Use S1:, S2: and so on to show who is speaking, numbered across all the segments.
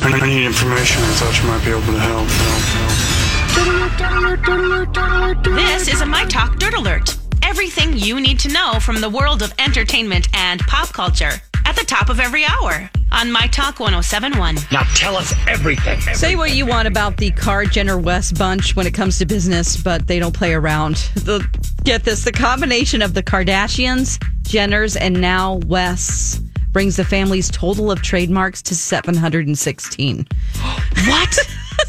S1: I need information and such might be able to help.
S2: This is a My Talk Dirt Alert. Everything you need to know from the world of entertainment and pop culture at the top of every hour on My Talk 1071.
S3: Now tell us everything.
S4: Say what you want about the Car Jenner West bunch when it comes to business, but they don't play around. The get this, the combination of the Kardashians, Jenners, and now Wests brings the family's total of trademarks to 716.
S5: What?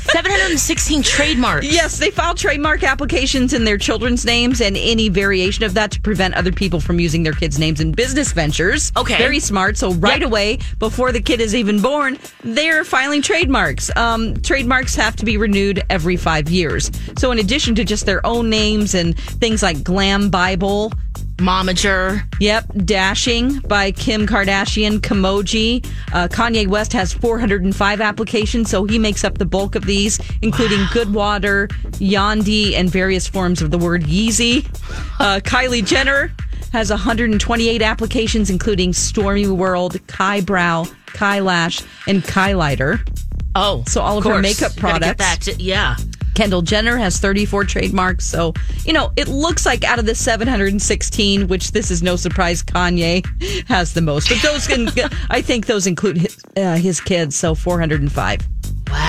S5: 716 trademarks.
S4: Yes, they filed trademark applications in their children's names and any variation of that to prevent other people from using their kids' names in business ventures.
S5: Okay.
S4: Very smart. So right away, before the kid is even born, they're filing trademarks. Um, trademarks have to be renewed every five years. So in addition to just their own names and things like Glam Bible,
S5: Momager.
S4: Yep, Dashing by Kim Kardashian, Kimoji. Uh, Kanye West has 405 applications, so he makes up the bulk of these, including Good Water, Yandi, and various forms of the word Yeezy. Uh, Kylie Jenner has 128 applications, including Stormy World, Kai Brow, Kai Lash, and Kai Lighter.
S5: Oh,
S4: So all of her
S5: course.
S4: makeup
S5: You gotta get
S4: products.
S5: that. Yeah.
S4: Kendall Jenner has 34 trademarks. So, you know, it looks like out of the 716, which this is no surprise, Kanye has the most. But those can, I think those include his, uh, his kids. So 405.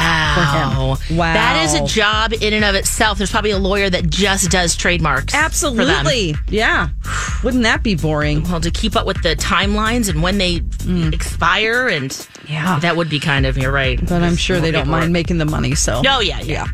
S5: Wow.
S4: For him. Wow.
S5: That is a job in and of itself. There's probably a lawyer that just does trademarks. for them.
S4: Absolutely. Yeah. Wouldn't that be boring?
S5: Well, to keep up with the timelines and when they expire, and
S4: Mm. Yeah.
S5: that would be kind of, you're right.
S4: But I'm sure they
S5: More
S4: don't mind
S5: paperwork.
S4: making the money. So,
S5: No, Oh, yeah, Mm-hmm. yeah.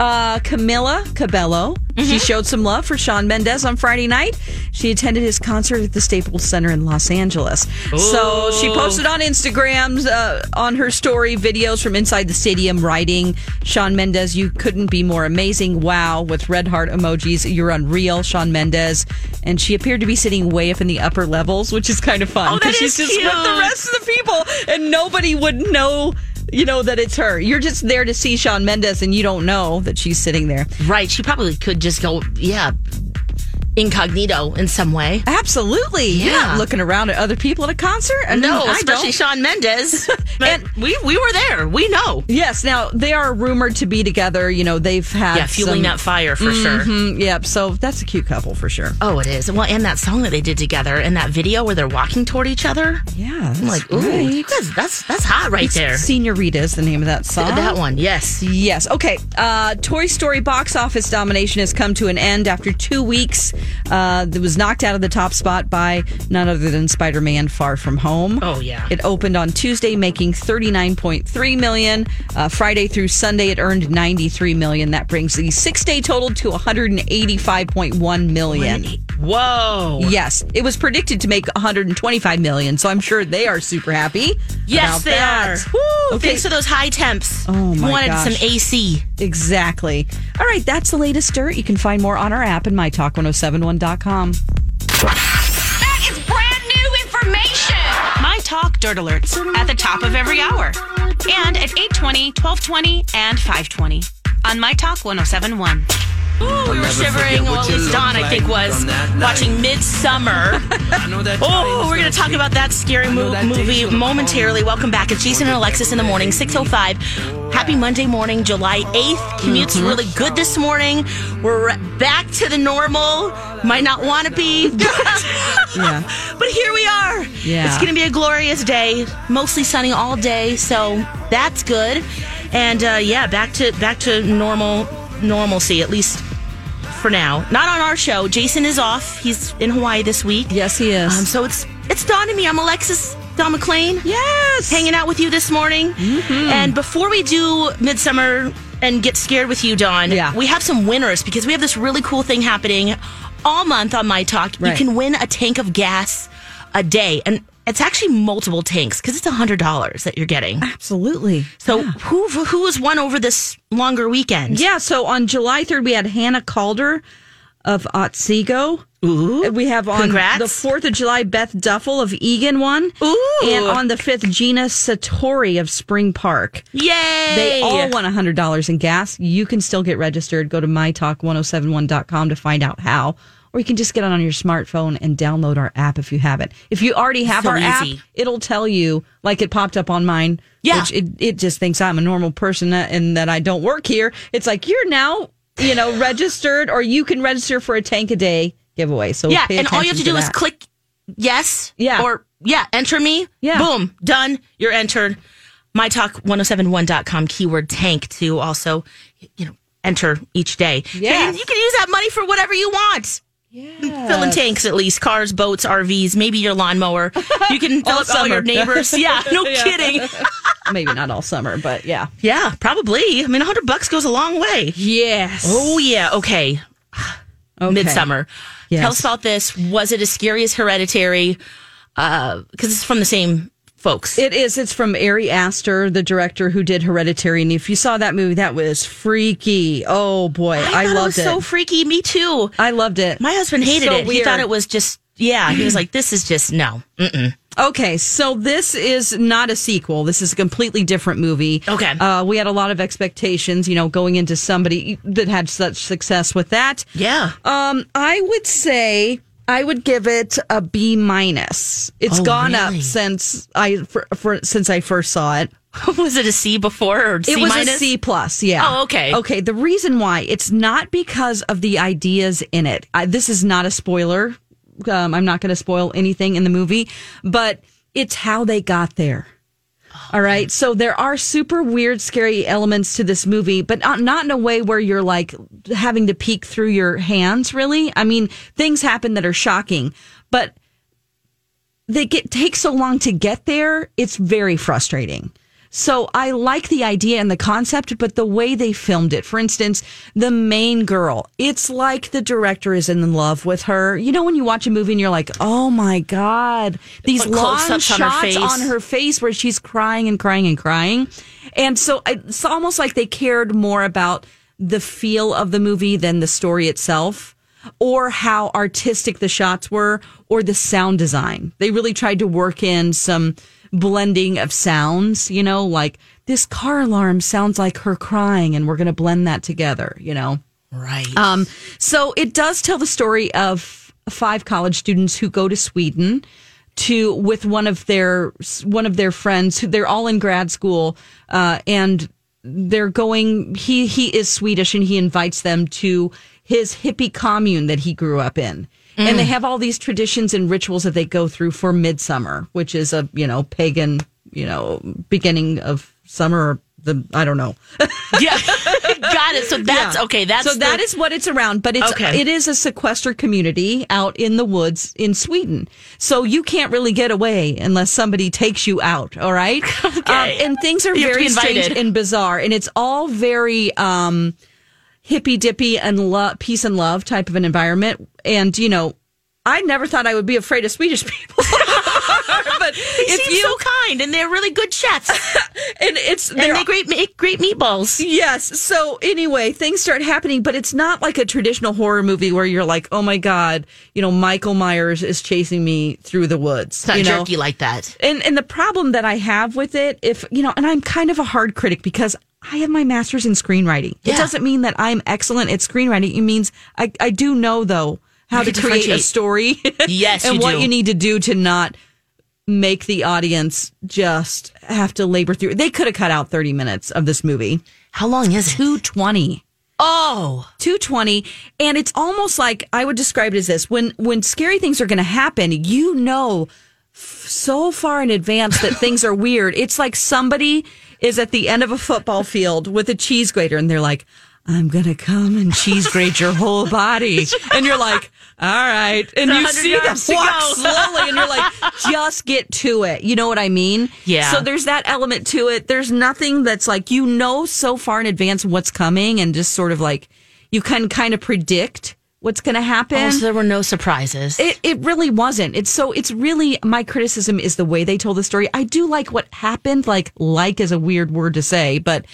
S4: Uh, Camilla Cabello. She showed some love for Sean Mendez on Friday night. She attended his concert at the Staples Center in Los Angeles. So she posted on Instagram uh, on her story videos from inside the stadium writing, Sean Mendez, you couldn't be more amazing. Wow, with red heart emojis. You're unreal, Sean Mendez. And she appeared to be sitting way up in the upper levels, which is kind of fun
S5: Oh, that
S4: because she's
S5: is
S4: just with the
S5: cute.
S4: rest of the people and nobody would know you know that it's her you're just there to see sean mendes and you don't know that she's sitting there
S5: Right. She probably could just go, yeah, incognito in some way.
S4: absolutely yeah
S5: Yeah.
S4: looking around at other people at a concert I mean,
S5: No,
S4: I
S5: especially
S4: don't.
S5: Sean Mendez. But
S4: And-
S5: we, we were there. We know.
S4: yes now they are rumored to be together you know they've had
S5: Yeah, fueling
S4: some,
S5: that fire for sure.
S4: Mm, yep so that's a cute couple for sure
S5: Oh, it is. Well, and that song that they did together and that video where they're walking toward each other.
S4: yeah that's
S5: I'm like, ooh, you guys, that's that's hot right there.
S4: senorita is the name of that song
S5: That one, yes.
S4: Yes. Okay. Uh, Toy Story box office domination has come to an end after two weeks. Uh, it was knocked out of the top spot by none other than Spider Man Far From Home.
S5: Oh, yeah.
S4: It opened on Tuesday, making 39.3 million. Uh, Friday through Sunday, it earned 93 million. That brings the six day total to 185.1 million.
S5: Whoa.
S4: Yes, it was predicted to make 125 million, so I'm sure they are super happy.
S5: Yes,
S4: about
S5: they
S4: that.
S5: are.
S4: Woo, okay.
S5: Thanks to those high temps.
S4: Oh,
S5: We
S4: my
S5: wanted
S4: gosh.
S5: some AC.
S4: Exactly. All right, that's the latest dirt. You can find more on our app and mytalk1071.com.
S2: That is brand new information. My Talk Dirt Alerts at the top of every hour oh and at 820, 1220, and 520 on My Talk 1071.
S5: Ooh, we were
S6: never
S5: shivering.
S6: forget
S5: Well,
S6: what
S5: at
S6: you
S5: least
S6: look
S5: Don, I
S6: like
S5: think, was
S6: on that night.
S5: watching Midsummer.
S6: I know that.
S5: Oh, we're going to talk about that scary mo-
S6: that day's
S5: movie
S6: gonna
S5: momentarily. Welcome back. It's Jason and Alexis in the morning, 6.05. Happy Monday morning, July 8th. Commute's
S6: Mm-hmm.
S5: really good this morning. We're back to the normal. Might not want to be.
S4: Yeah.
S5: But here we are.
S4: Yeah.
S5: It's going to be a glorious day. Mostly sunny all day, so that's good. And uh, yeah, back to back to normal normalcy at least for now. Not on our show. Jason is off. He's in Hawaii this week.
S4: Yes, he is.
S5: Um, so it's it's Dawn and me. I'm Alexis Don McLean.
S4: yes. Mm-hmm.
S5: Hanging out with you this morning. And before we do Midsummer and get scared with you, Dawn,
S4: Yeah.
S5: we have some winners because we have this really cool thing happening all month on My Talk.
S4: Right.
S5: You can win a tank of gas a day. And it's actually multiple tanks because it's $100 that you're getting.
S4: Absolutely.
S5: So who who was won over this longer weekend?
S4: Ah. Yeah, so on July 3rd, we had Hannah Calder of Otsego. Ooh. We have on
S5: Congrats.
S4: the 4th of July, Beth Duffel of Egan won.
S5: Ooh.
S4: And on the 5th, Gina Satori of Spring Park.
S5: Yay!
S4: They all won $100 in gas. You can still get registered. Go to mytalk1071.com to find out how. Or you can just get it on your smartphone and download our app if you have it. If you already have
S5: So
S4: our app,
S5: easy.
S4: it'll tell you, like it popped up on mine.
S5: Yeah.
S4: Which it, it just thinks I'm a normal person uh, and that I don't work here. It's like, you're now, you know, registered or you can register for a tank a day giveaway. So
S5: Yeah,
S4: pay
S5: and all you have to
S4: attention
S5: do is
S4: that.
S5: click yes.
S4: Yeah.
S5: Or yeah, enter me.
S4: Yeah.
S5: Boom. Done. You're entered. MyTalk1071.com keyword tank to also, you know, enter each day.
S4: Yes.
S5: And you can use that money for whatever you want. Yeah. Filling tanks at least, cars, boats, RVs, maybe your lawnmower. You can fill
S4: All
S5: up all your
S4: summer.
S5: neighbors. Yeah, no kidding.
S4: Maybe not all summer, but yeah.
S5: Yeah, probably. I mean, 100 bucks goes a long way.
S4: Yes.
S5: Oh yeah, okay. Midsummer.
S4: Yes.
S5: Tell us about this. Was it as scary as Hereditary? Because it's from the same folks.
S4: It is. It's from Ari Aster, the director who did Hereditary. And if you saw that movie, that was freaky. Oh boy, I,
S5: thought
S4: loved
S5: it was so freaky. Me too.
S4: I loved it.
S5: My husband hated
S4: So
S5: it. He
S4: weird.
S5: thought it was just yeah. He was like, "This is just no." Mm-mm.
S4: Okay, so this is not a sequel. This is a completely different movie.
S5: Okay.
S4: Uh, we had a lot of expectations, you know, going into somebody that had such success with that.
S5: Yeah.
S4: Um, I would say I would give it a B minus. It's
S5: Oh,
S4: gone
S5: really?
S4: up since I for, for, since I first saw it.
S5: was it a C before or C
S4: it was a
S5: minus?
S4: C plus. Yeah.
S5: Oh, okay.
S4: Okay. The reason why it's not because of the ideas in it. I, this is not a spoiler. Um, I'm not going to spoil anything in the movie, but it's how they got there.
S5: Oh,
S4: All right. So there are super weird, scary elements to this movie, but not, not in a way where you're like having to peek through your hands, really. I mean, things happen that are shocking, but they get take so long to get there, it's very frustrating. So I like the idea and the concept, but the way they filmed it, for instance, the main girl, it's like the director is in love with her. You know, when you watch a movie and you're like, oh my God, these
S5: Put
S4: long
S5: close-ups on her
S4: shots on her,
S5: face.
S4: face. where she's crying and crying and crying. And so I- it's almost like they cared more about the feel of the movie than the story itself or how artistic the shots were or the sound design. They really tried to work in some blending of sounds, you know, like this car alarm sounds like her crying and we're going to blend that together, you know.
S5: right.
S4: Um, so it does tell the story of five college students who go to Sweden to with one of their one of their friends who they're all in grad school uh, and they're going he he is Swedish and he invites them to his hippie commune that he grew up in. And they have all these traditions and rituals that they go through for midsummer, which is a, you know, pagan, you know, beginning of summer or the I don't know.
S5: yeah. Got it. So that's
S4: Yeah.
S5: okay. That's
S4: so that
S5: the-
S4: is what it's around, but it's
S5: Okay.
S4: it is a sequestered community out in the woods in Sweden. So you can't really get away unless somebody takes you out. All right, okay. and things are
S5: You have to
S4: very
S5: be
S4: strange
S5: invited.
S4: and bizarre, and it's all very um, hippy dippy and lo- peace and love type of an environment. And you know, I never thought I would be afraid of Swedish people. but
S5: They
S4: if
S5: seem
S4: you
S5: so kind, and they're really good chefs,
S4: and it's
S5: and they great make great meatballs.
S4: Yes. So anyway, things start happening, but it's not like a traditional horror movie where you're like, "Oh my god, you know, Michael Myers is chasing me through the woods."
S5: It's not
S4: you know?
S5: jerky like that.
S4: And and the problem that I have with it, if you know, and I'm kind of a hard critic because I have my master's in screenwriting. It
S5: Yeah.
S4: doesn't mean that I'm excellent at screenwriting. It means I, I do know though how
S5: You
S4: to create a
S5: differentiate.
S4: story.
S5: Yes,
S4: and
S5: you
S4: what
S5: do.
S4: you need to do to not make the audience just have to labor through. They could have cut out 30 minutes of this movie.
S5: How long is it?
S4: 220.
S5: Oh,
S4: 220 and it's almost like i would describe it as this when when scary things are going to happen you know f- so far in advance that things are weird it's like somebody is at the end of a football field with a cheese grater and they're like i'm going to come and cheese grate your whole body and you're like all right and you
S5: 100
S4: see them
S5: yards to
S4: walk
S5: go.
S4: slowly and you're like just get to it you know what i mean
S5: Yeah.
S4: so there's that element to it. There's nothing that's like you know so far in advance what's coming and just sort of like you can kind of predict what's going to happen.
S5: oh so there were no surprises.
S4: it, it really wasn't. It's so, it's really, my criticism is the way they told the story. I do like what happened. Like, like is a weird word to say, but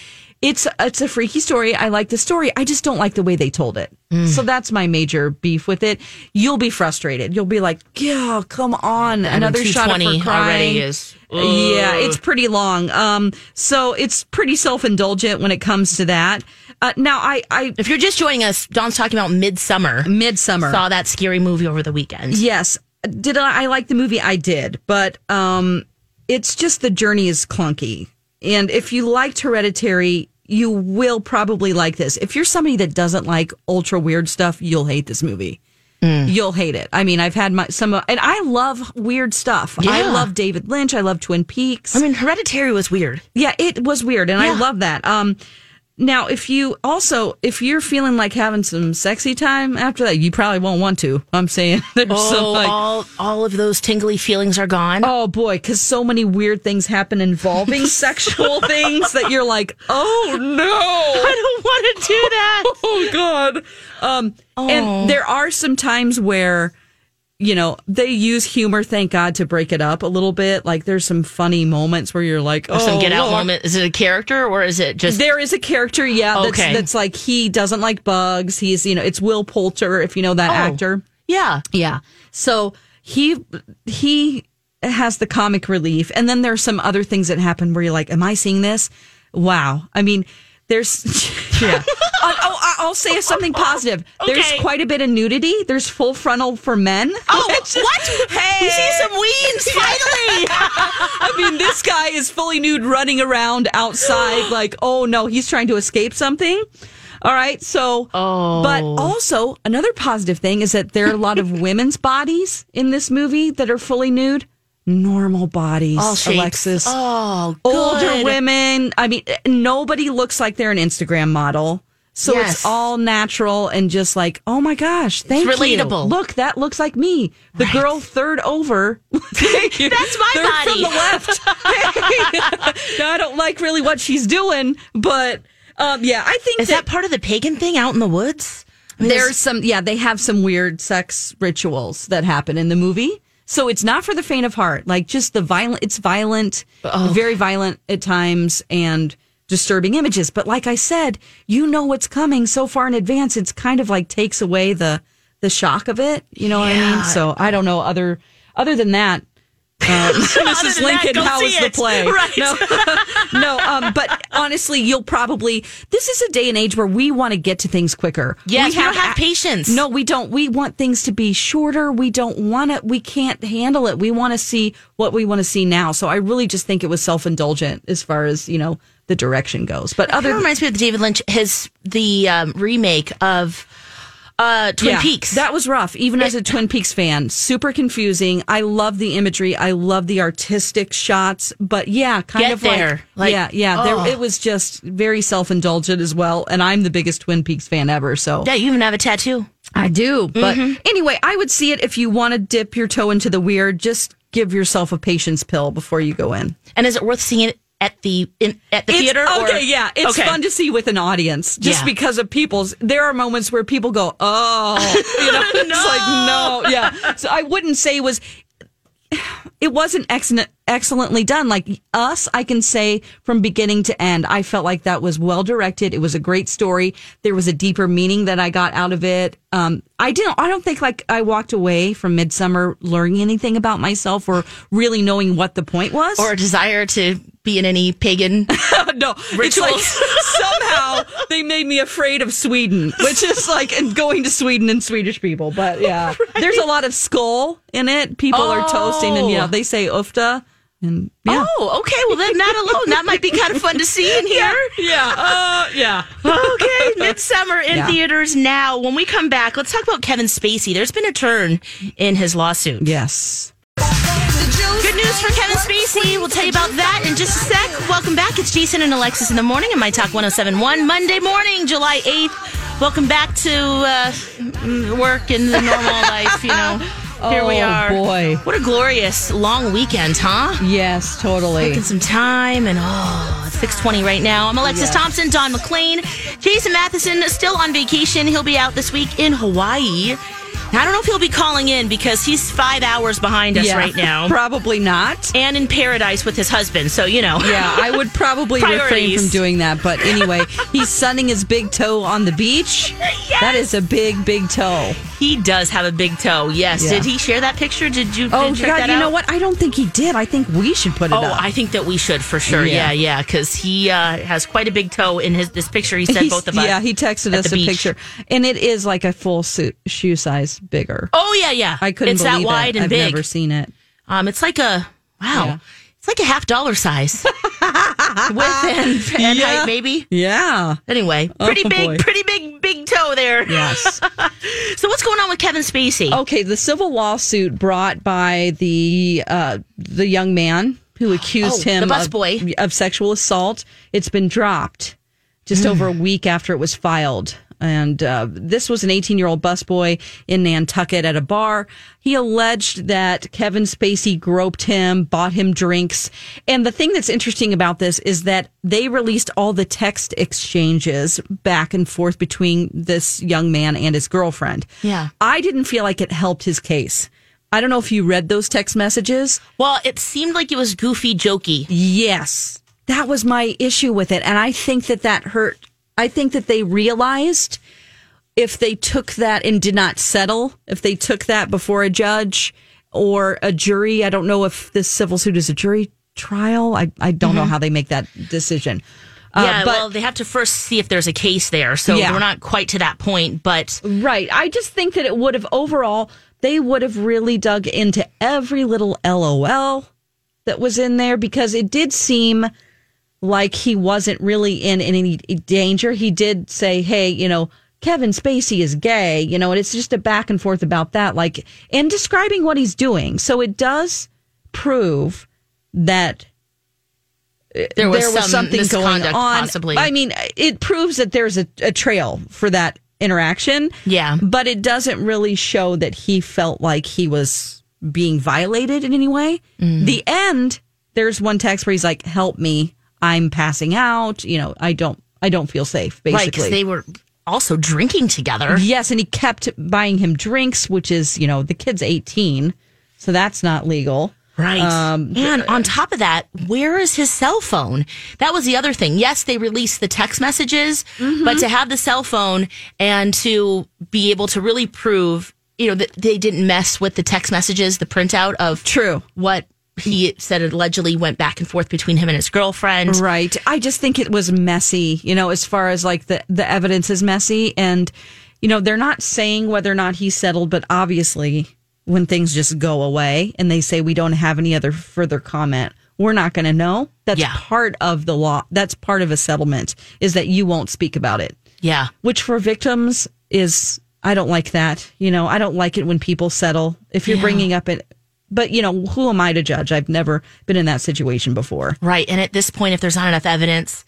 S4: it's, it's a freaky story. I like the story. I just don't like the way they told it.
S5: Mm.
S4: So that's my major beef with it. You'll be frustrated. You'll be like, yeah, come on. Another shot of her
S5: 220 already
S4: crying.
S5: is-
S4: Yeah, it's pretty long. Um, so it's pretty self indulgent when it comes to that. Uh, now I, I,
S5: if you're just joining us, Dawn's talking about Midsummer.
S4: Midsummer.
S5: Saw that scary movie over the weekend.
S4: Yes. Did I, I like the movie? I did, but um, it's just the journey is clunky. And if you liked Hereditary, you will probably like this. If you're somebody that doesn't like ultra weird stuff, you'll hate this movie.
S5: Mm.
S4: You'll hate it. I mean, I've had my some, and I love weird stuff. I
S5: Yeah.
S4: love David Lynch. I love Twin Peaks.
S5: I mean, Hereditary was weird.
S4: Yeah, it was weird, and I
S5: Yeah.
S4: love that. Um, now, if you also if you're feeling like having some sexy time after that, you probably won't want to. I'm saying there's some
S5: Oh,
S4: like
S5: all all of those tingly feelings are gone.
S4: oh boy, because so many weird things happen involving sexual things that you're like, oh no,
S5: I don't want to do that.
S4: oh god um and there are some times where you know they use humor thank god to break it up a little bit like there's some funny moments where you're like oh
S5: Some get out
S4: Lord.
S5: moment. Is it a character or is it just
S4: there is a character yeah that's,
S5: Okay.
S4: that's like he doesn't like bugs he's you know it's will poulter if you know that actor
S5: Oh. yeah?
S4: yeah. So he he has the comic relief, and then there's some other things that happen where you're like, "Am I seeing this? Wow!" I mean, there's yeah. Uh, oh, I- I'll say something positive. There's
S5: Okay.
S4: quite a bit of nudity. There's full frontal for men.
S5: Oh,
S4: which is-
S5: what?
S4: Hey,
S5: We see some weens finally.
S4: I mean, this guy is fully nude running around outside, like, oh no, he's trying to escape something. All right. So, but
S5: Oh.
S4: also, another positive thing is that there are a lot of women's bodies in this movie that are fully nude. Normal bodies,
S5: All shapes.
S4: Alexis.
S5: Oh,
S4: Older
S5: good.
S4: women. I mean, nobody looks like they're an Instagram model. So it's
S5: Yes.
S4: all natural and just like, oh my gosh, thank
S5: relatable.
S4: you. Look, that looks like me. The girl third over. thank you.
S5: That's my
S4: Third
S5: body.
S4: from the left. Hey. now I don't like really what she's doing, but um, yeah, I think
S5: Is that part of the pagan thing out in the woods? I mean,
S4: there's some yeah they have some weird sex rituals that happen in the movie so it's not for the faint of heart like just the violent it's violent very violent at times and disturbing images but like i said you know what's coming so far in advance it's kind of like takes away the the shock of it you know what i mean so i don't know other other than that um, Mrs.
S5: than that,
S4: Lincoln,
S5: go
S4: how
S5: see
S4: is the
S5: it.
S4: play?
S5: Right.
S4: No, no. Um, but honestly, you'll probably this is a day and age where we want to get to things quicker.
S5: Yes, we don't have
S4: a-
S5: patience.
S4: No, we don't. We want things to be shorter. We don't want it. We can't handle it. We want to see what we want to see now. So I really just think it was self indulgent as far as you know the direction goes. But
S5: It
S4: other
S5: reminds me of the David Lynch his the um, remake of uh, Twin
S4: Yeah,
S5: Peaks.
S4: That was rough, even as a Twin Peaks fan. Super confusing. I love the imagery. I love the artistic shots. But yeah, kind
S5: Get
S4: of
S5: there.
S4: Like,
S5: Like,
S4: yeah, yeah.
S5: oh.
S4: There, it was just very self indulgent as well. And I'm the biggest Twin Peaks fan ever. So
S5: yeah, you even have a tattoo.
S4: I do. But
S5: Mm-hmm.
S4: anyway, I would see it if you want to dip your toe into the weird. Just give yourself a patience pill before you go in.
S5: And is it worth seeing it at the in, at the
S4: It's-
S5: theater? or-
S4: Okay, yeah, it's
S5: Okay.
S4: fun to see with an audience just
S5: Yeah.
S4: because of people's. There are moments where people go, "Oh," you know, it's like no, yeah. So I wouldn't say it was. It wasn't excellent excellently done. Like us, I can say from beginning to end, I felt like that was well directed. It was a great story. There was a deeper meaning that I got out of it. Um, I didn't, I don't think like I walked away from Midsummer learning anything about myself or really knowing what the point was.
S5: or a desire to be in any pagan.
S4: no it's like somehow they made me afraid of Sweden, which is like and going to Sweden and Swedish people. But yeah, there's a lot of skull in it. People are toasting, and you know they say ufta, and yeah,
S5: Oh, okay. Well, then not alone. That might be kind of fun to see in here.
S4: yeah, uh, yeah.
S5: okay, Midsummer in
S4: Yeah.
S5: theaters now. When we come back, let's talk about Kevin Spacey. There's been a turn in his lawsuit.
S4: Yes.
S5: Good news for Kevin Spacey. We'll tell you about that in just a sec. Welcome back. It's Jason and Alexis in the morning on My Talk 1071, Monday morning, July 8th. Welcome back to uh, mm, work and the normal life, you know. Here we
S4: Oh,
S5: are.
S4: boy.
S5: What a glorious long weekend, huh?
S4: Yes, totally.
S5: Taking some time and oh, it's 620 right now. I'm Alexis Thompson, Don McLean. Jason Matheson is still on vacation. He'll be out this week in Hawaii. I don't know if he'll be calling in because he's five hours behind us
S4: Yeah.
S5: right now.
S4: Probably not.
S5: and in paradise with his husband, so you know.
S4: Yeah, I would probably refrain
S5: Priorities.
S4: from doing that. But anyway, he's sunning his big toe on the beach. That is a big, big toe.
S5: He does have a big toe. Yes.
S4: Yeah.
S5: Did he share that picture? Did you
S4: Oh
S5: did you check
S4: God!
S5: that
S4: you
S5: out?
S4: know what? I don't think he did. I think we should put it
S5: Oh,
S4: up.
S5: I think that we should for sure.
S4: Yeah.
S5: Yeah, yeah, because he uh, has quite a big toe in his this picture. He sent
S4: He's-
S5: both of us.
S4: Yeah, he texted
S5: at
S4: us
S5: the
S4: a
S5: beach.
S4: picture, and it is like a full suit, shoe size bigger.
S5: Oh yeah, yeah.
S4: I couldn't
S5: It's
S4: believe
S5: that wide
S4: it.
S5: and
S4: I've
S5: big.
S4: never seen it.
S5: Um, it's like a wow.
S4: Yeah.
S5: It's like a half dollar size. Width and, and
S4: Yeah.
S5: height, maybe.
S4: Yeah.
S5: Anyway, pretty big,
S4: boy.
S5: pretty big, big toe there.
S4: Yes.
S5: So what's going on with Kevin Spacey?
S4: okay. The civil lawsuit brought by the uh, the young man who accused
S5: Oh,
S4: him
S5: the bus
S4: of,
S5: boy.
S4: of sexual assault. It's been dropped just over a week after it was filed. And uh, this was an 18 year old busboy in Nantucket at a bar. He alleged that Kevin Spacey groped him, bought him drinks. And the thing that's interesting about this is that they released all the text exchanges back and forth between this young man and his girlfriend.
S5: Yeah.
S4: I didn't feel like it helped his case. I don't know if you read those text messages.
S5: Well, it seemed like it was goofy, jokey.
S4: Yes. That was my issue with it. And I think that that hurt. I think that they realized if they took that and did not settle, if they took that before a judge or a jury, I don't know if this civil suit is a jury trial. I, I don't know how they make that decision. Uh,
S5: Mm-hmm. yeah,
S4: but-
S5: well, they have to first see if there's a case there. So
S4: Yeah.
S5: we're not quite to that point, but
S4: Right. I just think that it would have overall, they would have really dug into every little LOL that was in there because it did seem like he wasn't really in any danger. He did say, hey, you know, Kevin Spacey is gay, you know, and it's just a back and forth about that, like, and describing what he's doing. So it does prove that
S5: there was,
S4: there was
S5: some
S4: something going
S5: misconduct
S4: on.
S5: possibly.
S4: I mean, it proves that there's a, a trail for that interaction.
S5: Yeah.
S4: But it doesn't really show that he felt like he was being violated in any way.
S5: Mm.
S4: The end, there's one text where he's like, help me. I'm passing out. You know, I don't, I don't feel safe,
S5: right, because
S4: basically.
S5: they were also drinking together.
S4: yes. And he kept buying him drinks, which is, you know, the kid's 18. So that's not legal.
S5: Right.
S4: Um,
S5: and on top of that, where is his cell phone? That was the other thing. Yes, they released the text messages,
S4: Mm-hmm.
S5: but to have the cell phone and to be able to really prove, you know, that they didn't mess with the text messages, the printout of
S4: True.
S5: what he said allegedly went back and forth between him and his girlfriend.
S4: Right. I just think it was messy, you know, as far as like the, the evidence is messy. And, you know, they're not saying whether or not he settled, but obviously when things just go away and they say we don't have any other further comment, we're not going to know. That's
S5: Yeah.
S4: part of the law. That's part of a settlement is that you won't speak about it,
S5: Yeah.
S4: which for victims is, I don't like that. You know, I don't like it when people settle if you're bringing up it. But, you know, who am I to judge? I've never been in that situation before.
S5: Right. And at this point, if there's not enough evidence,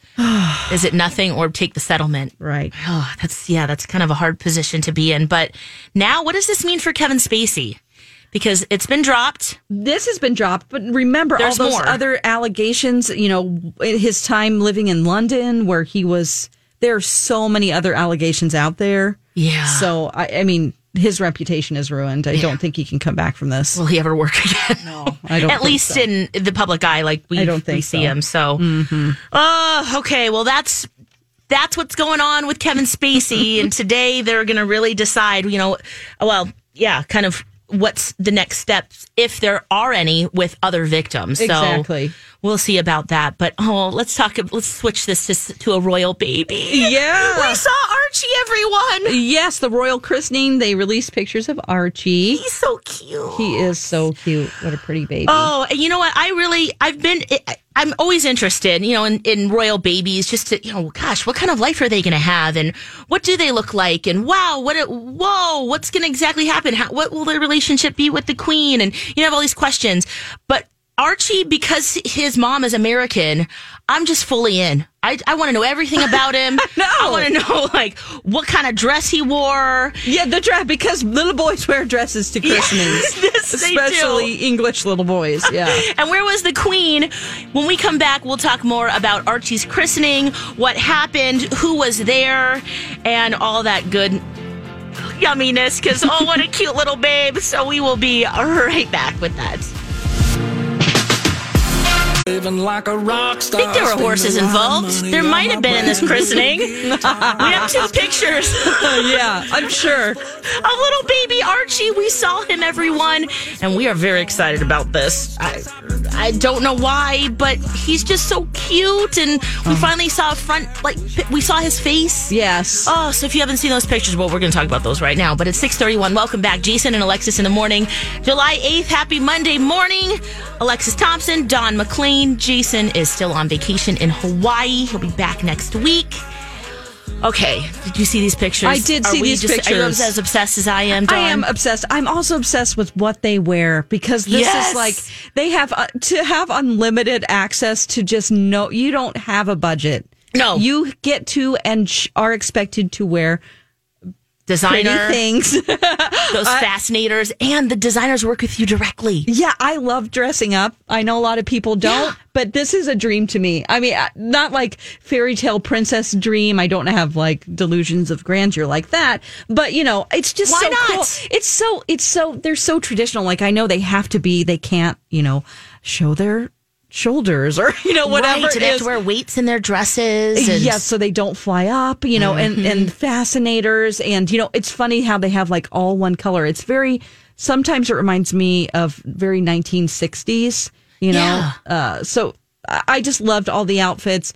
S5: is it nothing or take the settlement?
S4: Right.
S5: Oh, that's yeah, that's kind of a hard position to be in. But now, what does this mean for Kevin Spacey? Because it's been dropped.
S4: this has been dropped, but remember
S5: There's
S4: all those
S5: more.
S4: other allegations, you know, his time living in London where he was there are so many other allegations out there.
S5: Yeah.
S4: So I I mean, his reputation is ruined. I don't think he can come back from this.
S5: Will he ever work again? No,
S4: I don't
S5: At
S4: think
S5: least
S4: so.
S5: in the public eye, like we,
S4: I don't think
S5: we see
S4: so. Mm-hmm.
S5: him. So, Uh, okay. Well, that's that's what's going on with Kevin Spacey, and today they're going to really decide. You know, well, yeah, kind of what's the next steps if there are any with other victims. So
S4: Exactly.
S5: We'll see about that. But oh, let's talk. Let's switch this to, to a royal baby.
S4: Yeah.
S5: We saw Archie, everyone.
S4: Yes, the royal christening. They released pictures of Archie.
S5: He's so cute.
S4: He is so cute. What a pretty baby.
S5: Oh, and you know what? I really, I've been, I- I'm always interested, you know, in, in royal babies, just to, you know, gosh, what kind of life are they going to have, and what do they look like, and wow, what, a, whoa, what's going to exactly happen? How, what will their relationship be with the queen? And you have all these questions, but Archie, because his mom is American, I'm just fully in. I, I want to know everything about him. no, I want to know like what kind of dress he wore.
S4: Yeah, the dress because little boys wear dresses to christenings,
S5: Yes, they do.
S4: especially English little boys. Yeah.
S5: And where was the queen? When we come back, we'll talk more about Archie's christening, what happened, who was there, and all that good yumminess. Because, oh, what a cute little babe. So we will be right back with that.
S6: Living like a rock star.
S5: I think there were horses involved. There might have been in this christening. We have two pictures of
S4: yeah, I'm sure.
S5: little baby Archie. We saw him, everyone, and we are very excited about this. I, I don't know why, but he's just so cute, and we finally saw a front like pi- we saw his face.
S4: Yes.
S5: Oh, so if you haven't seen those pictures, well, we're going to talk about those right now. But it's 631. Welcome back, Jason and Alexis in the morning. July 8th. Happy Monday morning. Alexis Thompson, Don McLean. Jason is still on vacation in Hawaii. He'll be back next week. Okay. Did you see these pictures?
S4: I did see
S5: we
S4: these
S5: Are you
S4: pictures.
S5: as obsessed as I am, Don?
S4: I am obsessed. I'm also obsessed with what they wear because this
S5: Yes.
S4: is like they have uh, to have unlimited access to just no. You don't have a budget.
S5: No.
S4: you get to and sh- are expected to wear pretty
S5: Designer,
S4: things.
S5: those fascinators, and the designers work with you directly.
S4: Yeah, I love dressing up. I know a lot of people don't, but this is a dream to me. I mean, uh, not like fairy tale princess dream. I don't have like delusions of grandeur like that, but you know, it's just
S5: Why
S4: so
S5: not?
S4: cool. It's so it's so they're so traditional. Like I know they have to be. They can't, you know, show their shoulders or you know whatever
S5: right,
S4: it
S5: and they have
S4: is.
S5: to wear weights in their dresses. And
S4: Yeah, so they don't fly up, you know, and
S5: Mm-hmm.
S4: and fascinators, and you know, it's funny how they have like all one color. It's very sometimes it reminds me of very 1960s, you know.
S5: Yeah.
S4: Uh, so I I just loved all the outfits.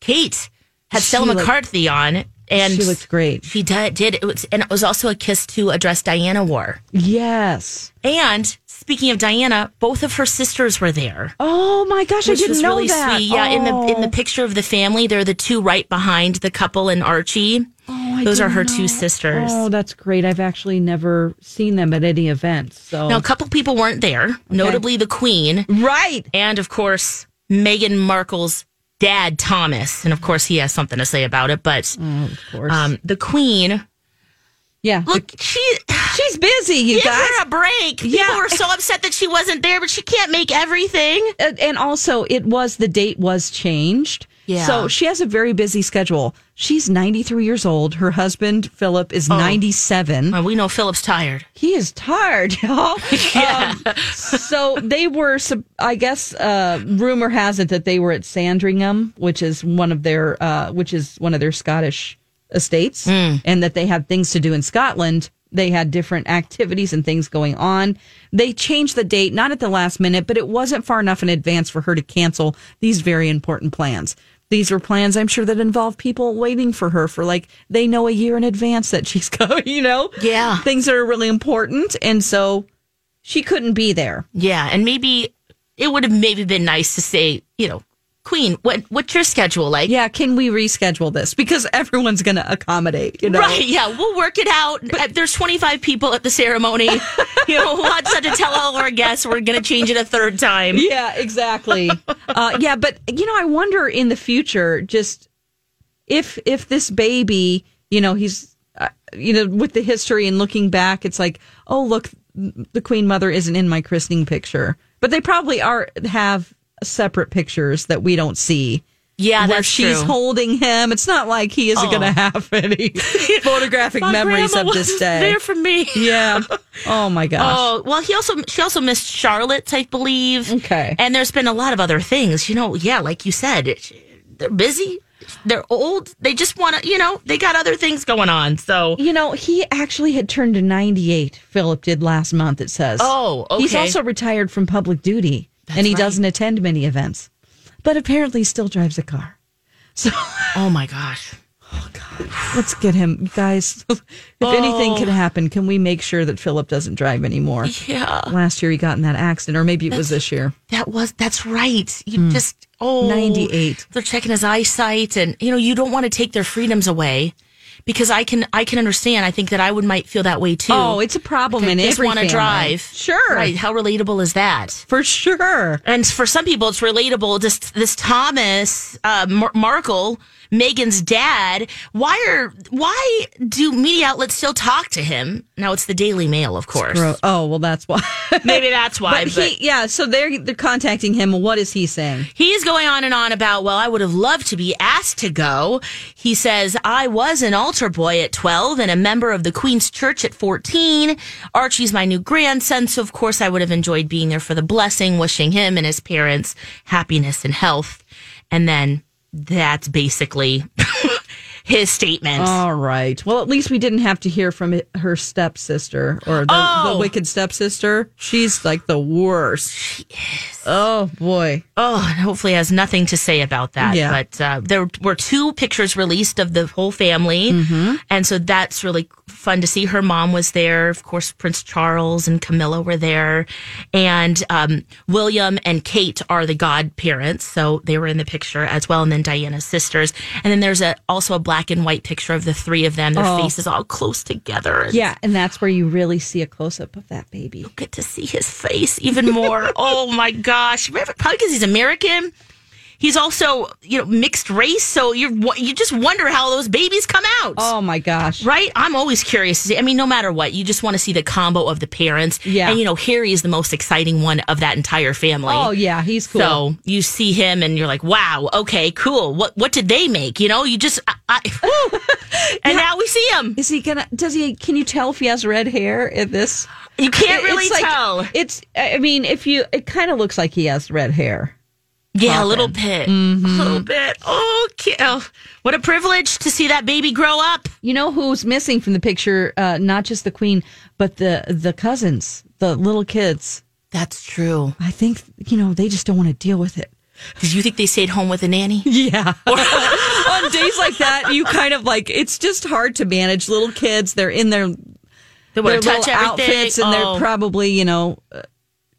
S5: Kate had
S4: She
S5: Stella
S4: looked-
S5: McCarthy on, and
S4: she looked great.
S5: She di- did. It was, and it was also a kiss to a dress Diana wore.
S4: Yes.
S5: And speaking of Diana, both of her sisters were there.
S4: Oh my gosh, I
S5: Which
S4: didn't
S5: was
S4: know
S5: really
S4: that.
S5: sweet. Yeah, in the in the
S4: Oh.
S5: picture of the family, they're the two right behind the couple and Archie.
S4: Oh, I
S5: Those are
S4: didn't
S5: her two
S4: know.
S5: sisters.
S4: Oh, that's great. I've actually never seen them at any event. So
S5: Now, a couple people weren't there, notably the Queen,
S4: Mm-hmm. right.
S5: and of course Meghan Markle's dad, Thomas. And of course, he has something to say about it. But
S4: Oh, Of course.
S5: um, the Queen,
S4: yeah.
S5: look, she
S4: she's busy, you
S5: Give
S4: guys.
S5: her a break. People
S4: Yeah.
S5: were so upset that she wasn't there, but she can't make everything.
S4: and and also it was the date was changed.
S5: Yeah.
S4: So she has a very busy schedule. She's 93 years old. Her husband Philip is 97.
S5: Well, we know Philip's tired.
S4: He is tired, y'all. Um, so they were, sup- I guess, uh, rumor has it that they were at Sandringham, which is one of their, uh, which is one of their Scottish estates, and that they had things to do in Scotland. They had different activities and things going on. They changed the date, not at the last minute, but it wasn't far enough in advance for her to cancel these very important plans. These were plans, I'm sure, that involve people waiting for her for like, they know a year in advance that she's going, you know?
S5: Yeah.
S4: things that are really important. And so she couldn't be there.
S5: Yeah, and maybe it would have maybe been nice to say, you know, Queen, what what's your schedule like?
S4: Yeah, can we reschedule this? Because everyone's going to accommodate, you know?
S5: Right, yeah, we'll work it out. Uh, There's 25 people at the ceremony. you know, lots to tell all our guests. We're going to change it a third time.
S4: Yeah, exactly. uh, yeah, but you know, I wonder in the future, just if if this baby, you know, he's uh, you know with the history and looking back, it's like, oh look, the Queen Mother isn't in my christening picture, but they probably are have separate pictures that we don't see.
S5: Yeah,
S4: where
S5: that's
S4: she's
S5: true.
S4: holding him. It's not like he isn't
S5: Oh.
S4: going to have any photographic
S5: My
S4: memories
S5: grandma
S4: of this
S5: wasn't
S4: day.
S5: There for me.
S4: yeah. Oh my gosh.
S5: Oh well, he also she also missed Charlotte, I believe.
S4: Okay.
S5: And there's been a lot of other things, you know. Yeah, like you said, it, they're busy, they're old, they just want to, you know, they got other things going on. So
S4: You know, he actually had turned to 98, Philip did last month, it says.
S5: Oh,
S4: He's
S5: okay.
S4: also retired from public duty and he
S5: right.
S4: doesn't attend many events, but apparently still drives a car. So
S5: oh my gosh,
S4: let's get him, guys. If
S5: Oh.
S4: anything can happen, can we make sure that Philip doesn't drive anymore?
S5: yeah,
S4: Last year he got in that accident, or maybe it was this year.
S5: that was that's right. You
S4: Hmm.
S5: just oh
S4: 98.
S5: They're checking his eyesight, and you know you don't want to take their freedoms away. Because I can, I can understand. I think that I would might feel that way too.
S4: Oh, it's a problem
S5: Like,
S4: in
S5: I just
S4: every
S5: wanna
S4: family.
S5: drive.
S4: Sure.
S5: Right? How relatable is that?
S4: For sure.
S5: and for some people it's relatable just this thomas uh, Mar- markle megan's dad why are why do media outlets still talk to him now it's the daily mail of course
S4: Bro- Oh, well, that's why.
S5: maybe that's why
S4: but
S5: but
S4: he, yeah, so they're, they're contacting him. What is he saying?
S5: he's going on and on about well i would have loved to be asked to go he says i was an altar boy at 12 and a member of the queen's church at 14 archie's my new grandson so of course i would have enjoyed being there for the blessing wishing him and his parents happiness and health and then that's basically his statement
S4: All right. Well, at least we didn't have to hear from it- her stepsister or the,
S5: Oh.
S4: the wicked stepsister. She's like the worst. She is. Oh boy.
S5: Oh, and hopefully has nothing to say about that.
S4: Yeah.
S5: But uh, there were two pictures released of the whole family. And so that's really fun to see. Her mom was there. Of course, Prince Charles and Camilla were there. And um, William and Kate are the godparents. So they were in the picture as well. And then Diana's sisters. And then there's a, also a black and white picture of the three of them, their faces all close together. It's
S4: Yeah, and that's where you really see a close up of that baby.
S5: get to see his face even more. oh my gosh! Remember- Probably because he's American. He's also you know mixed race, so you are you just wonder how those babies come out.
S4: Oh my gosh.
S5: Right? I'm always curious to see. I mean, no matter what, you just want to see the combo of the parents.
S4: Yeah.
S5: And, you know, Harry is the most exciting one of that entire family.
S4: Oh yeah, he's cool.
S5: So you see him and you're like, wow, okay, cool. What what did they make? You know, you just, I, I, whew. and now we see him.
S4: Is he gonna? Does he? Can you tell if he has red hair in this?
S5: You can't really
S4: it's like,
S5: tell.
S4: It's. I mean, if you, it kind of looks like he has red hair.
S5: Yeah, a little bit. A little bit. Oh, ki- oh, what a privilege to see that baby grow up.
S4: You know who's missing from the picture? Uh, not just the queen, but the the cousins, the little kids.
S5: That's true.
S4: I think you know they just don't want to deal with it.
S5: Did you think they stayed home with a nanny?
S4: Yeah. On days like that, you kind of like it's just hard to manage little kids. They're in their
S5: They
S4: their
S5: want to touch
S4: little
S5: everything.
S4: outfits, and
S5: Oh.
S4: they're probably you know uh,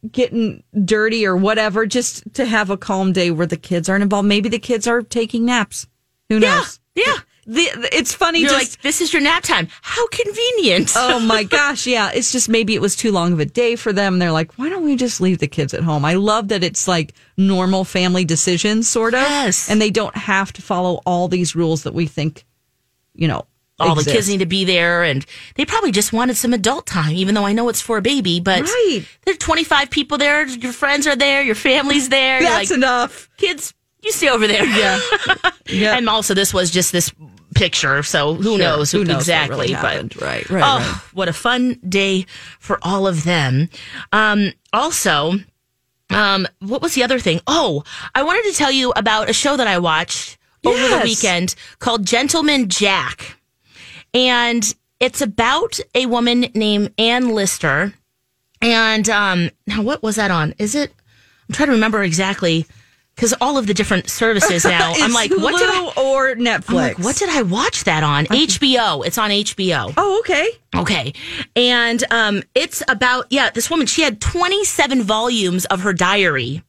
S4: getting dirty or whatever. Just to have a calm day where the kids aren't involved. Maybe the kids are taking naps. Who
S5: yeah,
S4: knows?
S5: yeah.
S4: The, it's funny.
S5: You're
S4: just
S5: like, this is your nap time. How convenient.
S4: oh my gosh, yeah. It's just maybe it was too long of a day for them. They're like, why don't we just leave the kids at home? I love that it's like normal family decisions, sort of.
S5: Yes.
S4: And they don't have to follow all these rules that we think, you know,
S5: All the
S4: exist.
S5: kids need to be there, and they probably just wanted some adult time, even though I know it's for a baby. But
S4: Right.
S5: there are 25 people there. Your friends are there. Your family's there. You're
S4: That's
S5: like,
S4: enough.
S5: kids, you stay over there. Yeah.
S4: Yeah.
S5: And also, this was just this picture, so who knows
S4: Who knows what
S5: exactly?
S4: really
S5: but-
S4: happened. Right, right,
S5: oh,
S4: right.
S5: what a fun day for all of them. Um, also, um, what was the other thing? Oh, I wanted to tell you about a show that I watched over the
S4: Yes.
S5: weekend called Gentleman Jack, and it's about a woman named Ann Lister. And um, now, what was that on? Is it? I'm trying to remember exactly because all of the different services now. I'm
S4: It's
S5: like, what did I?
S4: Hulu or Netflix?
S5: I'm like, what did I watch that on? HBO. It's on HBO.
S4: Oh, okay.
S5: Okay. And um, it's about, yeah, this woman, she had 27 volumes of her diary.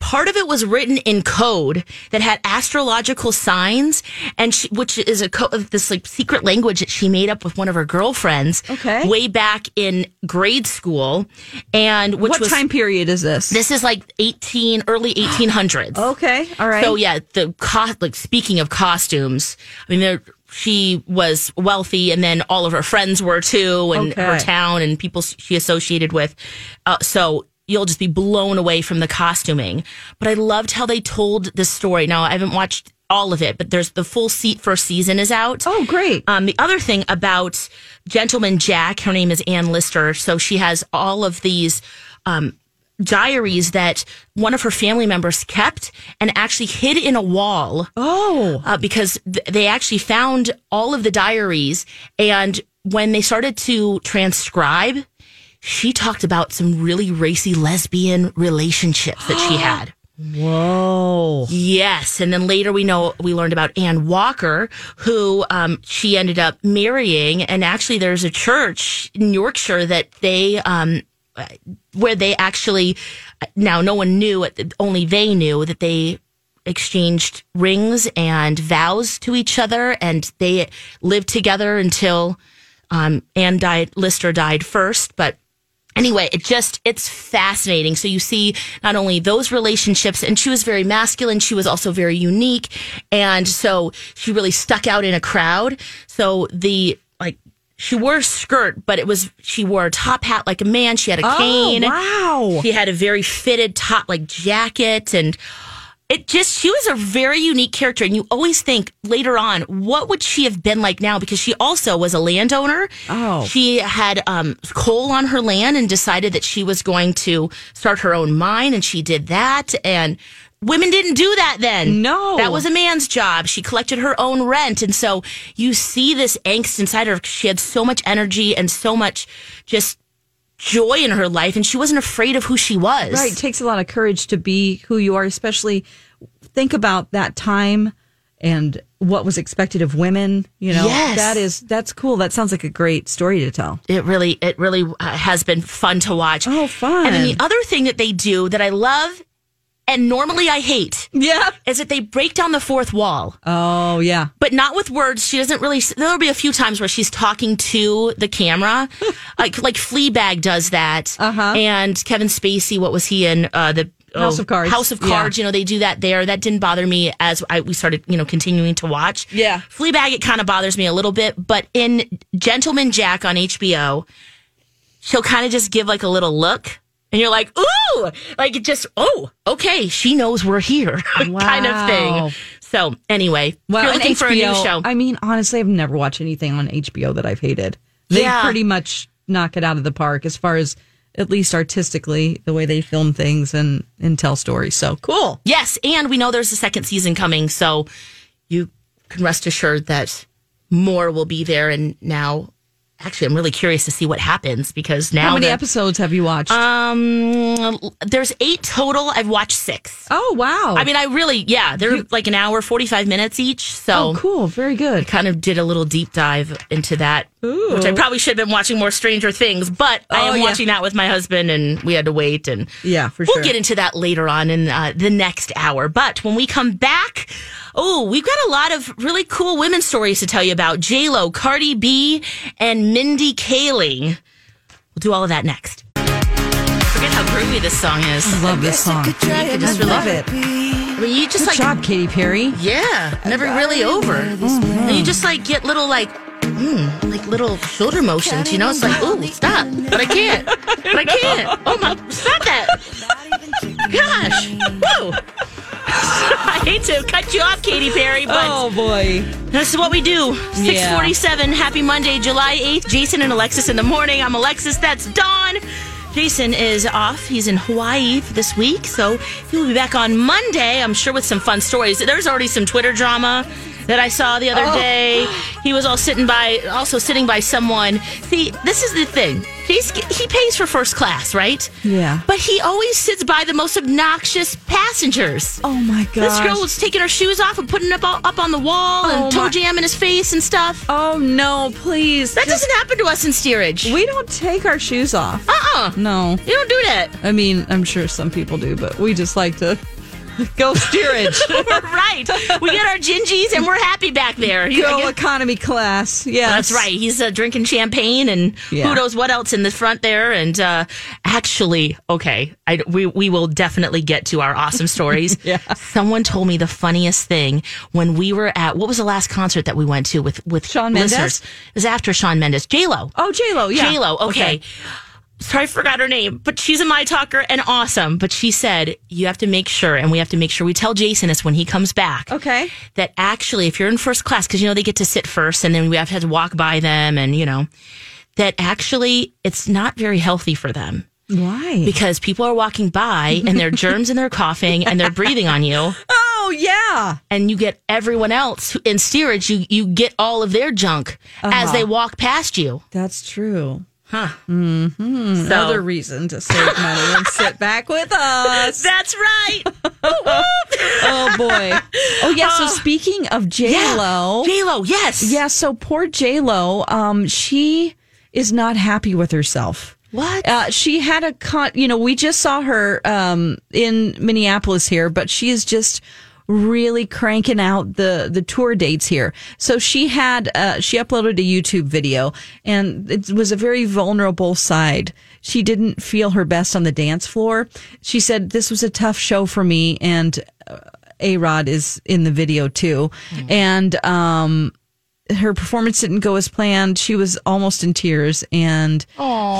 S5: Part of it was written in code that had astrological signs, and she, which is a co- this like secret language that she made up with one of her girlfriends,
S4: Okay.
S5: way back in grade school, and which
S4: what
S5: was
S4: time period is this?
S5: this is like eighteen early eighteen hundreds.
S4: Okay, all right.
S5: So yeah, the cost. Like speaking of costumes, I mean, there, she was wealthy, and then all of her friends were too, and her
S4: Okay.
S5: town and people she associated with. Uh, so you'll just be blown away from the costuming. But I loved how they told this story. Now, I haven't watched all of it, but there's the full seat first season is out.
S4: Oh, great.
S5: Um, the other thing about Gentleman Jack, her name is Ann Lister, so she has all of these um, diaries that one of her family members kept and actually hid in a wall.
S4: Oh.
S5: uh, because th- they actually found all of the diaries, and when they started to transcribe, she talked about some really racy lesbian relationships that she had.
S4: Whoa.
S5: Yes, and then later we know we learned about Ann Walker, who um, she ended up marrying, and actually there's a church in Yorkshire that they um, uh, where they actually uh, now no one knew only they knew that they exchanged rings and vows to each other, and they lived together until um, Ann died. Lister died first, but anyway it just it's fascinating so you see not only those relationships and she was very masculine she was also very unique and so she really stuck out in a crowd so the like she wore a skirt but it was she wore a top hat like a man she had a cane
S4: wow.
S5: she had a very fitted top like jacket and it just she was a very unique character and you always think later on what would she have been like now because she also was a landowner
S4: Oh.
S5: she had um, coal on her land and decided that she was going to start her own mine and she did that and women didn't do that then
S4: No.
S5: that was a man's job she collected her own rent and so you see this angst inside her 'cause she had so much energy and so much just joy in her life and she wasn't afraid of who she was
S4: Right. It takes a lot of courage to be who you are, especially think about that time and what was expected of women. You know,
S5: Yes.
S4: that is, that's cool. That sounds like a great story to tell.
S5: it really it really uh, has been fun to watch.
S4: Oh, fun.
S5: And then the other thing that they do that I love and normally I hate
S4: Yeah.
S5: is that they break down the fourth wall.
S4: Oh, yeah.
S5: But not with words. She doesn't really there'll be a few times where she's talking to the camera. like like Fleabag does that.
S4: Uh-huh.
S5: And Kevin Spacey, what was he in uh the
S4: House of Cards.
S5: House of
S4: Yeah.
S5: Cards, you know, they do that there. That didn't bother me as I we started, you know, continuing to watch.
S4: Yeah.
S5: Fleabag, it kind of bothers me a little bit, but in Gentleman Jack on HBO, she'll kind of just give like a little look. And you're like, ooh, like it just, oh, okay, she knows we're here, kind of
S4: Wow.
S5: thing. So anyway,
S4: Well,
S5: you're
S4: and
S5: looking for a new
S4: HBO
S5: show.
S4: I mean, honestly, I've never watched anything on HBO that I've hated. They
S5: Yeah.
S4: pretty much knock it out of the park as far as at least artistically the way they film things and and tell stories. So cool.
S5: yes, and we know there's a second season coming, so you can rest assured that more will be there. And now, actually, I'm really curious to see what happens because now
S4: How many
S5: that-
S4: episodes have you watched?
S5: Uh, Um, there's eight total. I've watched six.
S4: oh wow!
S5: I mean, I really, yeah, they're like an hour, 45 minutes each. So
S4: oh cool, very good.
S5: kind of did a little deep dive into that, which I probably should have been watching more Stranger Things, but I
S4: Oh,
S5: am
S4: yeah.
S5: watching that with my husband and we had to wait. And
S4: Yeah, for
S5: we'll
S4: sure.
S5: get into that later on in uh, the next hour. But when we come back, oh, we've got a lot of really cool women's stories to tell you about J-Lo, Cardi B, and Mindy Kaling. We'll do all of that next. Forget how groovy this song is.
S4: love this song. I
S5: just really-
S4: love it. Good
S5: I mean, you just like
S4: job, Katy Perry.
S5: Yeah, never really over. And you just like get little like, mm, like little shoulder motions. You know, it's like, ooh, stop, but I can't, but I can't. Oh my, stop that! Gosh, whoa! I hate to cut you off, Katy Perry, but
S4: Oh boy!
S5: this is what we do. Six
S4: Yeah.
S5: forty-seven. Happy Monday, July eighth. Jason and Alexis in the morning. I'm Alexis. That's Dawn. Jason is off. He's in Hawaii for this week, so he'll be back on Monday. I'm sure with some fun stories. There's already some Twitter drama that I saw the
S4: Oh.
S5: other day. He was all sitting by, also sitting by someone. See, this is the thing. He's, he pays for first class, right?
S4: Yeah.
S5: But he always sits by the most obnoxious passengers.
S4: Oh my
S5: This
S4: gosh!
S5: girl was taking her shoes off and putting up up on the wall
S4: Oh,
S5: and toe
S4: my-
S5: jam in his face and stuff.
S4: oh no! Please,
S5: that
S4: just-
S5: doesn't happen to us in steerage.
S4: We don't take our shoes off.
S5: uh uh
S4: No.
S5: You don't do that.
S4: I mean, I'm sure some people do, but we just like to go steerage.
S5: We're right. We get our gingies and we're happy back there. You know,
S4: Go
S5: get-
S4: economy class. Yeah,
S5: That's right. He's uh, drinking champagne and
S4: Yeah.
S5: who knows what else in the front there. And uh, actually, okay, I, we we will definitely get to our awesome stories. yeah. Someone told me the funniest thing when we were at what was the last concert that we went to with with
S4: Shawn Mendes?
S5: listeners? It was after Sean Mendes, J Lo.
S4: Oh, J Lo. Yeah,
S5: J Lo. Okay. so I forgot her name, but she's a my talker and awesome. But she said you have to make sure, and we have to make sure we tell Jason this when he comes back.
S4: Okay.
S5: That actually, if you're in first class, because you know they get to sit first, and then we have to walk by them, and you know that actually it's not very healthy for them
S4: Why?
S5: because people are walking by and there are germs and they're coughing and they're breathing on you
S4: oh yeah.
S5: and you get everyone else who- in steerage you you get all of their junk
S4: Uh-huh.
S5: as they walk past you
S4: That's true.
S5: so
S4: Mm. Another reason to save money and sit back with us.
S5: that's right
S4: oh boy. Oh yeah. So speaking of J Lo,
S5: j lo yes
S4: yeah. So poor J Lo, um, she is not happy with herself.
S5: what
S4: Uh, she had a con. You know, we just saw her um, in Minneapolis here, but she is just really cranking out the the tour dates here. So she had uh, she uploaded a YouTube video, and it was a very vulnerable side. She didn't feel her best on the dance floor. She said this was a tough show for me, and A Rod is in the video too, and um. Her performance didn't go as planned. She was almost in tears, and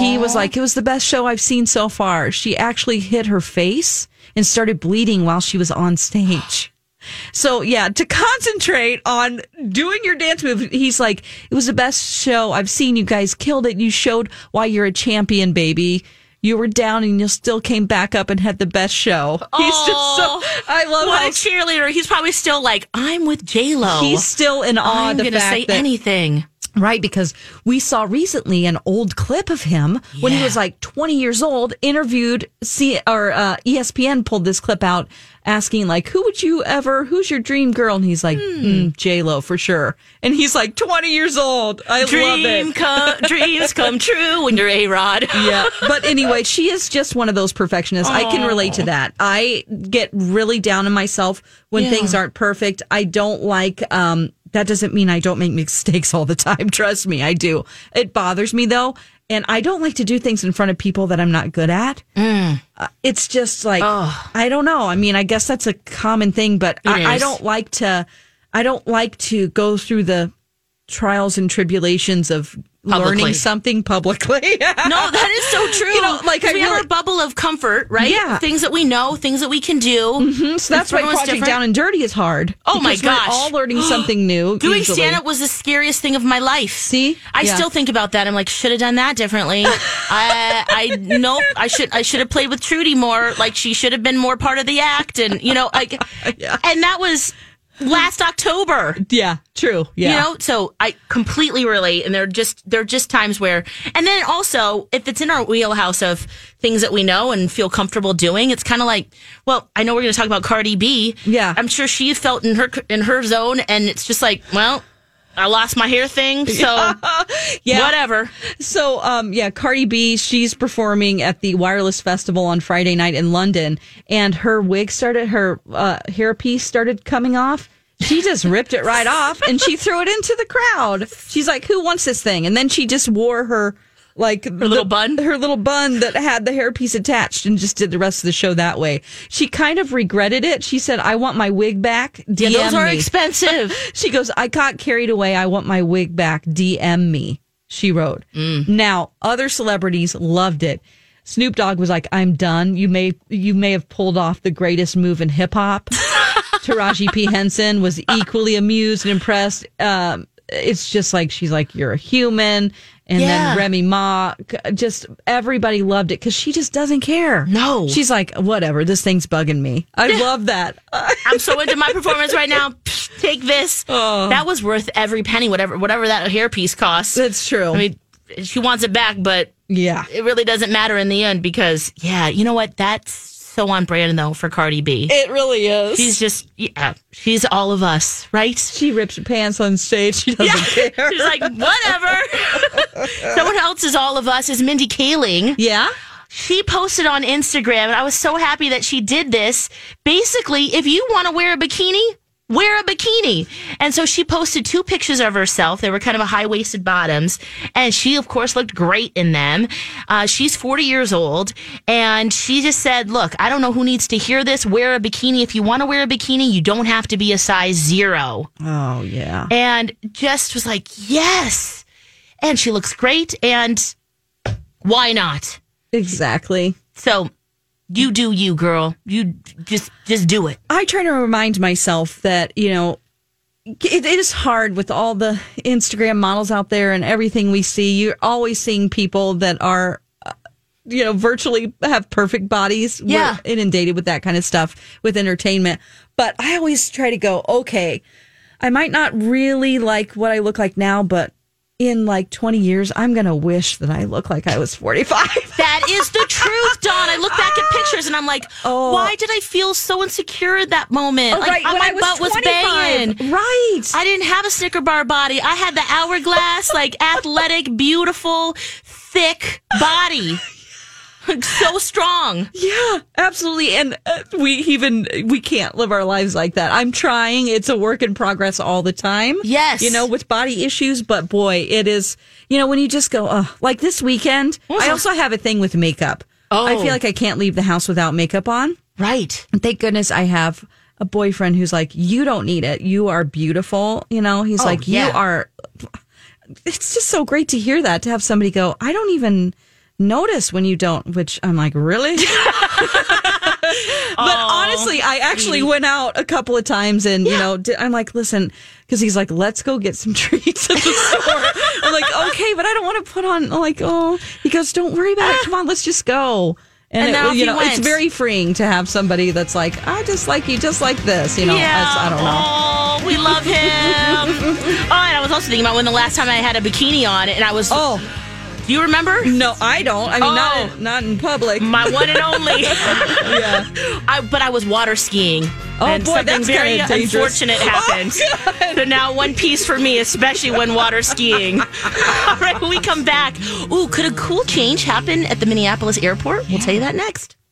S4: he was like, "It was the best show I've seen so far." She actually hit her face and started bleeding while she was on stage. So yeah, to concentrate on doing your dance move, he's like, "It was the best show I've seen. You guys killed it. You showed why you're a champion, baby. You were down and you still came back up and had the best show." He's just so I love
S5: what a
S4: how
S5: cheerleader he's probably still like i'm with j lo
S4: he's still in awe.
S5: i'm
S4: of the
S5: gonna
S4: fact
S5: say
S4: that-
S5: anything
S4: Right, because we saw recently an old clip of him when he
S5: Yeah.
S4: was like 20 years old, interviewed, C- or uh, ESPN pulled this clip out asking, like, who would you ever, who's your dream girl? And he's like,
S5: Hmm.
S4: mm, J-Lo for sure. And he's like 20 years old. I love it.
S5: Dream come, dreams come true when you're a rod
S4: Yeah. But anyway, she is just one of those perfectionists. I can relate to that. I get really down on myself when things aren't perfect. I don't like, um, that doesn't mean I don't make mistakes all the time. Trust me, I do. It bothers me though. And I don't like to do things in front of people that I'm not good at.
S5: Mm.
S4: Uh, it's just like, I don't know. I mean, I guess that's a common thing, but I, I
S5: is.
S4: don't like to, I don't like to go through the trials and tribulations of
S5: Publicly.
S4: learning something publicly.
S5: No, that is so true.
S4: You know, like, I
S5: we have
S4: really-
S5: our bubble of comfort, right?
S4: Yeah.
S5: things that we know, things that we can do. Mm-hmm.
S4: So that's why Project Down and Dirty is hard.
S5: Oh, my
S4: because we're
S5: gosh.
S4: all learning something new.
S5: Doing
S4: usually.
S5: stand up was the scariest thing of my life.
S4: See?
S5: I
S4: Yeah.
S5: still think about that. I'm like, should have done that differently. I, I nope. I should, I should have played with Trudy more. Like she should have been more part of the act, and you know, like, and that was last October.
S4: Yeah, true. Yeah.
S5: You know, so I completely relate, and there are just there are just times where, and then also if it's in our wheelhouse of things that we know and feel comfortable doing, it's kind of like, well, I know we're going to talk about Cardi B.
S4: Yeah.
S5: I'm sure she felt in her in her zone, and it's just like, well, I lost my hair thing, so
S4: Yeah.
S5: whatever.
S4: So, um, yeah, Cardi B, she's performing at the Wireless Festival on Friday night in London, and her wig started, her uh, hairpiece started coming off. She just ripped it right off and she threw it into the crowd. She's like, "Who wants this thing?" And then she just wore her like her
S5: little bun?
S4: her little bun that had the hairpiece attached, and just did the rest of the show that way. She kind of regretted it. She said, "I want my wig back." DM
S5: Yeah, those are
S4: me.
S5: expensive.
S4: She goes, I got carried away. I want my wig back. DM me. She wrote. Now, other celebrities loved it. Snoop Dogg was like, I'm done. You may you may have pulled off the greatest move in hip hop. Taraji P. Henson was equally amused and impressed. Um, it's just like she's like, You're a human. And
S5: Yeah.
S4: then Remy Ma, c- just everybody loved it because she just doesn't care.
S5: No.
S4: She's like, whatever, this thing's bugging me. I love that. Uh,
S5: I'm so into my performance right now. Psh, Take this.
S4: Oh.
S5: That was worth every penny, whatever whatever that hairpiece costs.
S4: That's true.
S5: I mean, she wants it back, but
S4: yeah.
S5: it really doesn't matter in the end because yeah, you know what? That's so on brand though for Cardi B.
S4: It really is.
S5: She's just yeah, she's all of us, right?
S4: she rips her pants on stage. She doesn't care.
S5: She's like whatever. Someone else is all of us is Mindy Kaling.
S4: yeah.
S5: She posted on Instagram, and I was so happy that she did this. Basically, if you want to wear a bikini. Wear a bikini. And so she posted two pictures of herself. They were kind of a high waisted bottoms. And she, of course, looked great in them. Uh, she's 40 years old. And she just said, Look, I don't know who needs to hear this. Wear a bikini. If you want to wear a bikini, you don't have to be a size zero
S4: Oh yeah.
S5: and just was like, yes. And she looks great. And why not?
S4: Exactly.
S5: So you do you, girl. You just just do it.
S4: I try to remind myself that, you know, it, it is hard with all the Instagram models out there and everything we see. You're always seeing people that are, uh, you know, virtually have perfect bodies.
S5: Yeah.
S4: We're inundated with that kind of stuff with entertainment. But I always try to go, okay, I might not really like what I look like now, but in like 20 years, I'm going to wish that I look like I was 45.
S5: That is the truth, Dawn. I look back at pictures and I'm like, why did I feel so insecure at that moment? like
S4: Oh. Right,
S5: uh,
S4: when
S5: my
S4: I was
S5: butt was
S4: 25.
S5: banging.
S4: Right.
S5: I didn't have a Snicker bar body. I had the hourglass, like athletic, beautiful, thick body. Like, so strong.
S4: Yeah, absolutely. And uh, we even we can't live our lives like that. I'm trying. It's a work in progress all the time.
S5: Yes.
S4: You know, with body issues, but boy, it is, you know, when you just go, oh, like this weekend, I also have a thing with makeup.
S5: Oh.
S4: I feel like I can't leave the house without makeup on.
S5: Right.
S4: And thank goodness I have a boyfriend who's like, you don't need it. You are beautiful. You know, he's like, you
S5: yeah.
S4: are. It's just so great to hear that, to have somebody go, I don't even notice when you don't, which I'm like, really? but
S5: Oh,
S4: honestly, I actually went out a couple of times and, you know, di- I'm like, listen, because he's like, let's go get some treats at the store. I'm like, okay, but I don't want to put on, I'm like, oh, he goes, don't worry about it. Come on, let's just go.
S5: And then off
S4: you
S5: you
S4: know, it's
S5: went.
S4: very freeing to have somebody that's like, I just like you, just like this. You know, that's, I don't know.
S5: Oh, we love him. oh, and I was also thinking about when the last time I had a bikini on, and I was.
S4: Oh
S5: do you remember?
S4: no, I don't. I mean, not
S5: Oh.
S4: in, not in public.
S5: My one and only.
S4: yeah.
S5: I, but I was water skiing.
S4: Oh,
S5: and
S4: boy,
S5: something
S4: that's
S5: very
S4: kinda dangerous.
S5: unfortunate happened.
S4: Oh, God.
S5: so now one piece for me, especially when water skiing. All right, when we come back. Ooh, could a cool change happen at the Minneapolis airport? We'll tell you that next.